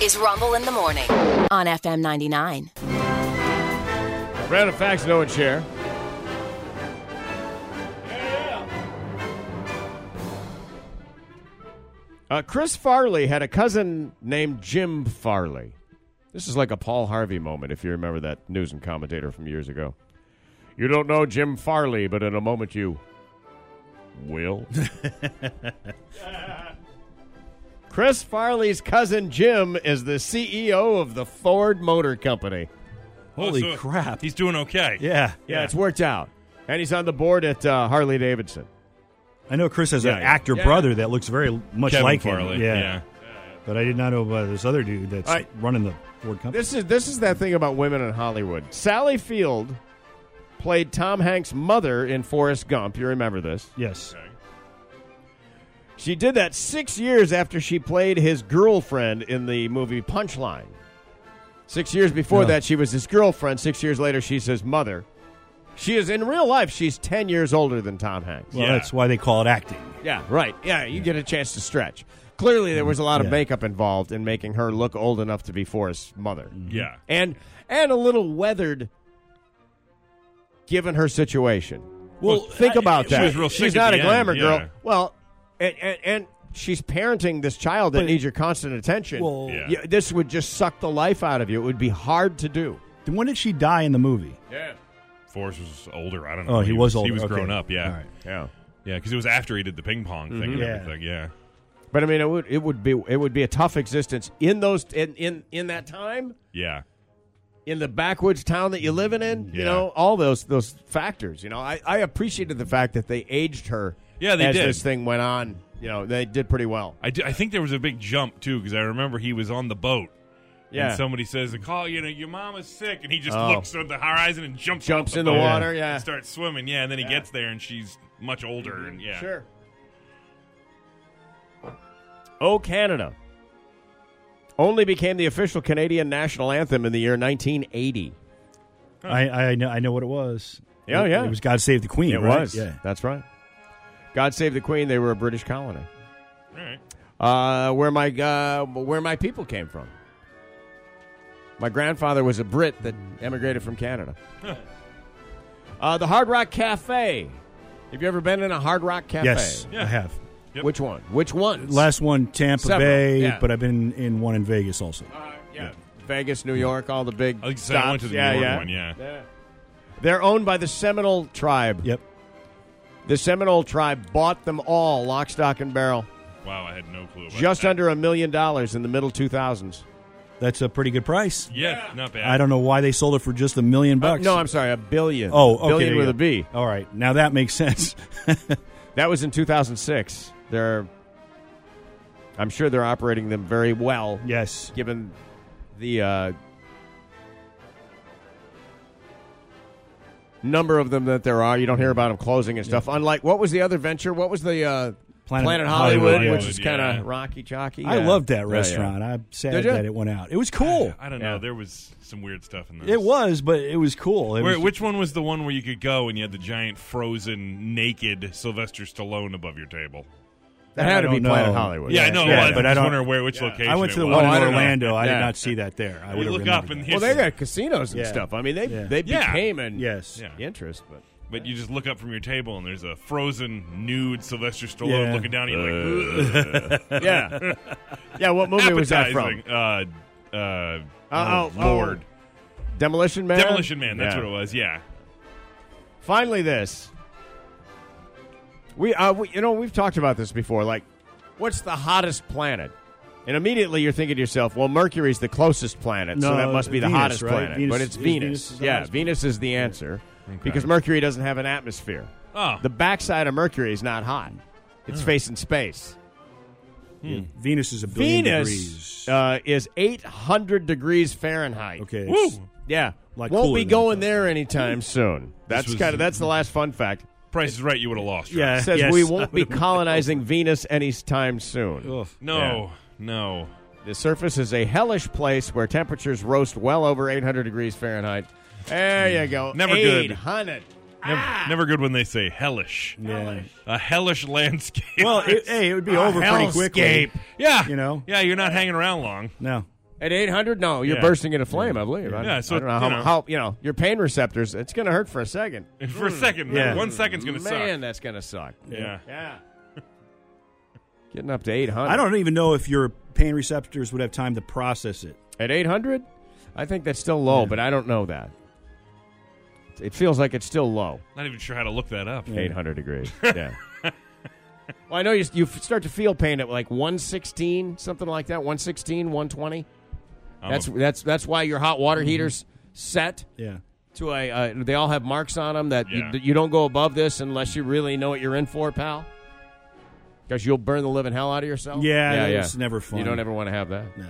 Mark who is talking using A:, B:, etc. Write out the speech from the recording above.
A: is Rumble in the Morning on FM 99.
B: Random facts no one share. Uh, Chris Farley had a cousin named Jim Farley. This is like a Paul Harvey moment, if you remember that news and commentator from years ago. You don't know Jim Farley, but in a moment you will. Chris Farley's cousin Jim is the CEO of the Ford Motor Company.
C: Holy
D: Oh, so
C: crap.
D: He's doing okay.
C: yeah.
B: Yeah, it's worked out. And he's on the board at uh, Harley Davidson.
C: I know Chris has
B: Yeah,
C: an
B: yeah.
C: actor
B: Yeah.
C: brother that looks very much
D: Kevin
C: like
D: Farley,
C: him. Yeah.
D: yeah.
C: But I did not know about this other dude that's
B: All right.
C: running the Ford company.
B: This is this is that thing about women in Hollywood. Sally Field played Tom Hanks' mother in Forrest Gump. You remember this?
C: yes.
B: She did that six years after she played his girlfriend in the movie Punchline. Six years before
C: Yeah.
B: that, she was his girlfriend. Six years later, she's his mother. She is in real life. She's ten years older than Tom Hanks.
C: Well,
D: Yeah.
C: that's why they call it acting.
B: Yeah, right. Yeah, you get a chance to stretch. Clearly, there was a lot of
C: Yeah.
B: makeup involved in making her look old enough to be Forrest's mother,
C: Mm-hmm.
D: Yeah.
B: and and a little weathered, given her situation.
D: Well,
B: think
D: I-
B: about
D: she
B: that.
D: was real sick
B: she's
D: at
B: not
D: the
B: a glamour
D: end, yeah.
B: girl. Well, and, and and she's parenting this child that
C: But-
B: needs your constant attention.
C: Well-
D: Yeah.
B: Yeah, this would just suck the life out of you. It would be hard to do.
C: Then when did she die in the movie?
D: Forrest was older. I don't know.
C: Oh, he was
D: He
C: older.
D: was
C: Okay.
D: grown up. Yeah.
C: All right. Mm-hmm.
B: Yeah.
D: Yeah, because it was after he did the ping pong thing and
C: Yeah.
D: everything. Yeah.
B: But I mean, it would it would be it would be a tough existence in those in in, in that time.
D: Yeah.
B: in the backwoods town that you live in, you
D: Yeah.
B: know, all those those factors. You know, I, I appreciated the fact that they aged her.
D: Yeah, they
B: as
D: did.
B: this thing went on. You know, they did pretty well.
D: I, do, I think there was a big jump, too, because I remember he was on the boat.
B: Yeah,
D: And somebody says, "Call you know your mama's sick," and he just
B: Oh.
D: looks at the horizon and jumps
B: jumps
D: off the
B: in the
D: boat
B: water.
D: and
B: Yeah,
D: starts swimming. Yeah, and then he
B: Yeah.
D: gets there and she's much older. And yeah,
B: sure. Oh, Canada only became the official Canadian national anthem in the year 1980.
C: I, I, know, I know what it was.
B: Yeah,
C: It-
B: yeah.
C: It was God Save the Queen.
B: It
C: right?
B: was.
C: Yeah.
B: That's right. God save the Queen. They were a British colony.
D: All right.
B: uh, where my uh, where my people came from. My grandfather was a Brit that emigrated from Canada. uh, the Hard Rock Cafe. Have you ever been in a Hard Rock Cafe?
C: Yes,
D: Yeah.
C: I have.
D: Yep.
B: Which one? Which one?
C: Last one, Tampa
B: Several,
C: Bay,
B: yeah.
C: but I've been in one in Vegas also.
B: Uh, yeah. Vegas, New York, all the big.
D: I was gonna say, I
B: stops.
D: went to the New
B: yeah,
D: York
B: yeah.
D: one, yeah.
B: They're owned by the Seminole tribe.
C: Yep.
B: The Seminole tribe bought them all, lock, stock, and barrel,
D: Wow, I had no clue. About
B: just
D: that.
B: under a million dollars in the middle 2000s.
C: That's a pretty good price.
D: Yeah, not bad.
C: I don't know why they sold it for just a million
B: Uh,
C: bucks.
B: no, I'm sorry, a billion.
C: Oh, okay.
B: billion
C: there
B: with
C: you go.
B: a B.
C: All right. Now that makes sense.
B: That was in 2006. They're, I'm sure they're operating them very well,
C: yes.
B: given the uh, number of them that there are. You don't hear about them closing and stuff. Unlike what was the other venture? What was the uh, Planet,
C: Planet
B: Hollywood,
C: Hollywood,
B: which is
D: yeah.
B: kind of rocky jockey.
C: I loved that
B: Yeah, yeah.
C: restaurant. I'm sad
B: Did ya?
C: that it went out. It was cool.
D: I don't know.
B: Yeah.
D: There was some weird stuff in this.
C: It was, but it was cool. It
D: Where,
C: was-
D: which one was the one where you could go and you had the giant frozen naked Sylvester Stallone above your table?
B: That had to
C: I
B: be
C: don't know.
B: Planet Hollywood.
D: Yeah, I know.
C: yeah,
D: it was.
C: but
D: I
C: I
D: just
C: don't-
D: wonder where which location.
C: I went to the
D: it
C: one
D: was.
B: Oh, I
C: in
B: don't know.
C: Orlando. I
B: Yeah.
C: did not see that there. I
D: You
C: would have
D: look up
C: remembered
D: and
C: that.
D: hit-
B: Well, they got casinos and
C: Yeah.
B: stuff. I mean, they
C: Yeah.
B: they
D: Yeah.
B: became an
C: Yes.
D: Yeah.
B: interest, but
D: But you just look up from your table and there's a frozen nude Sylvester Stallone
C: Yeah. Uh,
D: looking down at you like, "Ugh."
B: yeah, yeah. What movie was that from?
D: appetizing. Uh, uh,
B: Uh,
D: oh,
B: oh, oh.
D: Lord.
B: Demolition
C: Uh,
B: Man.
D: Demolition Man, that's
B: Yeah.
D: what it was, yeah.
B: Finally, this. We, uh, we, you know, we've talked about this before. Like, what's the hottest planet? And immediately you're thinking to yourself, well, Mercury's the closest planet, so
C: No,
B: that must be the
C: Venus,
B: hottest
C: right?
B: planet.
C: Venus
B: but it's
C: is-
B: Venus.
C: Venus is the
B: yeah,
C: hottest
B: Venus is the answer because Mercury doesn't have an atmosphere.
D: Oh.
B: The backside of Mercury is not hot; it's facing space.
C: Venus is a billion
B: Venus
C: degrees.
B: uh, is 800 degrees Fahrenheit.
C: okay. it's-
D: Woo!
B: Yeah,
C: Like
B: won't
C: cooler
B: be
C: than
B: going
C: I thought.
B: there anytime soon. That's
D: Mm. was-
B: kind of that's the last fun fact.
D: Price is right, you would have lost. Travis.
C: Yeah.
B: says
C: Yes.
B: we won't be colonizing Venus anytime soon.
C: Ugh.
D: No, no.
B: The surface is a hellish place where temperatures roast well over 800 degrees Fahrenheit. There you go.
D: Mm. Never good.
B: 800.
D: Never, never good when they say hellish.
C: Yeah.
D: A hellish landscape.
C: Well, it, hey, it would be over pretty quickly.
B: hellscape.
D: yeah.
C: you know?
D: Yeah, you're not hanging around long.
C: No.
B: At 800? No, you're
D: Yeah.
B: bursting into flame, I believe. I,
D: Yeah, so,
B: I don't know how,
D: you know.
B: how, you know, your pain receptors, it's going to hurt for a second.
D: For a second,
C: Yeah.
D: one second's gonna
B: Man,
D: suck.
B: that's going to suck.
D: Yeah.
B: Yeah. Getting up to 800.
C: I don't even know if your pain receptors would have time to process it.
B: At 800? I think that's still low, but I don't know that. It feels like it's still low.
D: Not even sure how to look that up.
B: 800 degrees. Yeah. well, I know you, you f- start to feel pain at like 116, something like that, 116, 120.
C: Uh-huh.
D: I'm
B: That's
D: a-
B: that's that's why your hot water
C: Mm-hmm.
B: heaters set
C: Yeah.
B: to a. Uh, they all have marks on them that you,
D: Yeah.
B: that you don't go above this unless you really know what you're in for, pal. Because you'll burn the living hell out of yourself.
C: Yeah, it's never fun.
B: You don't ever want to have that.
C: No.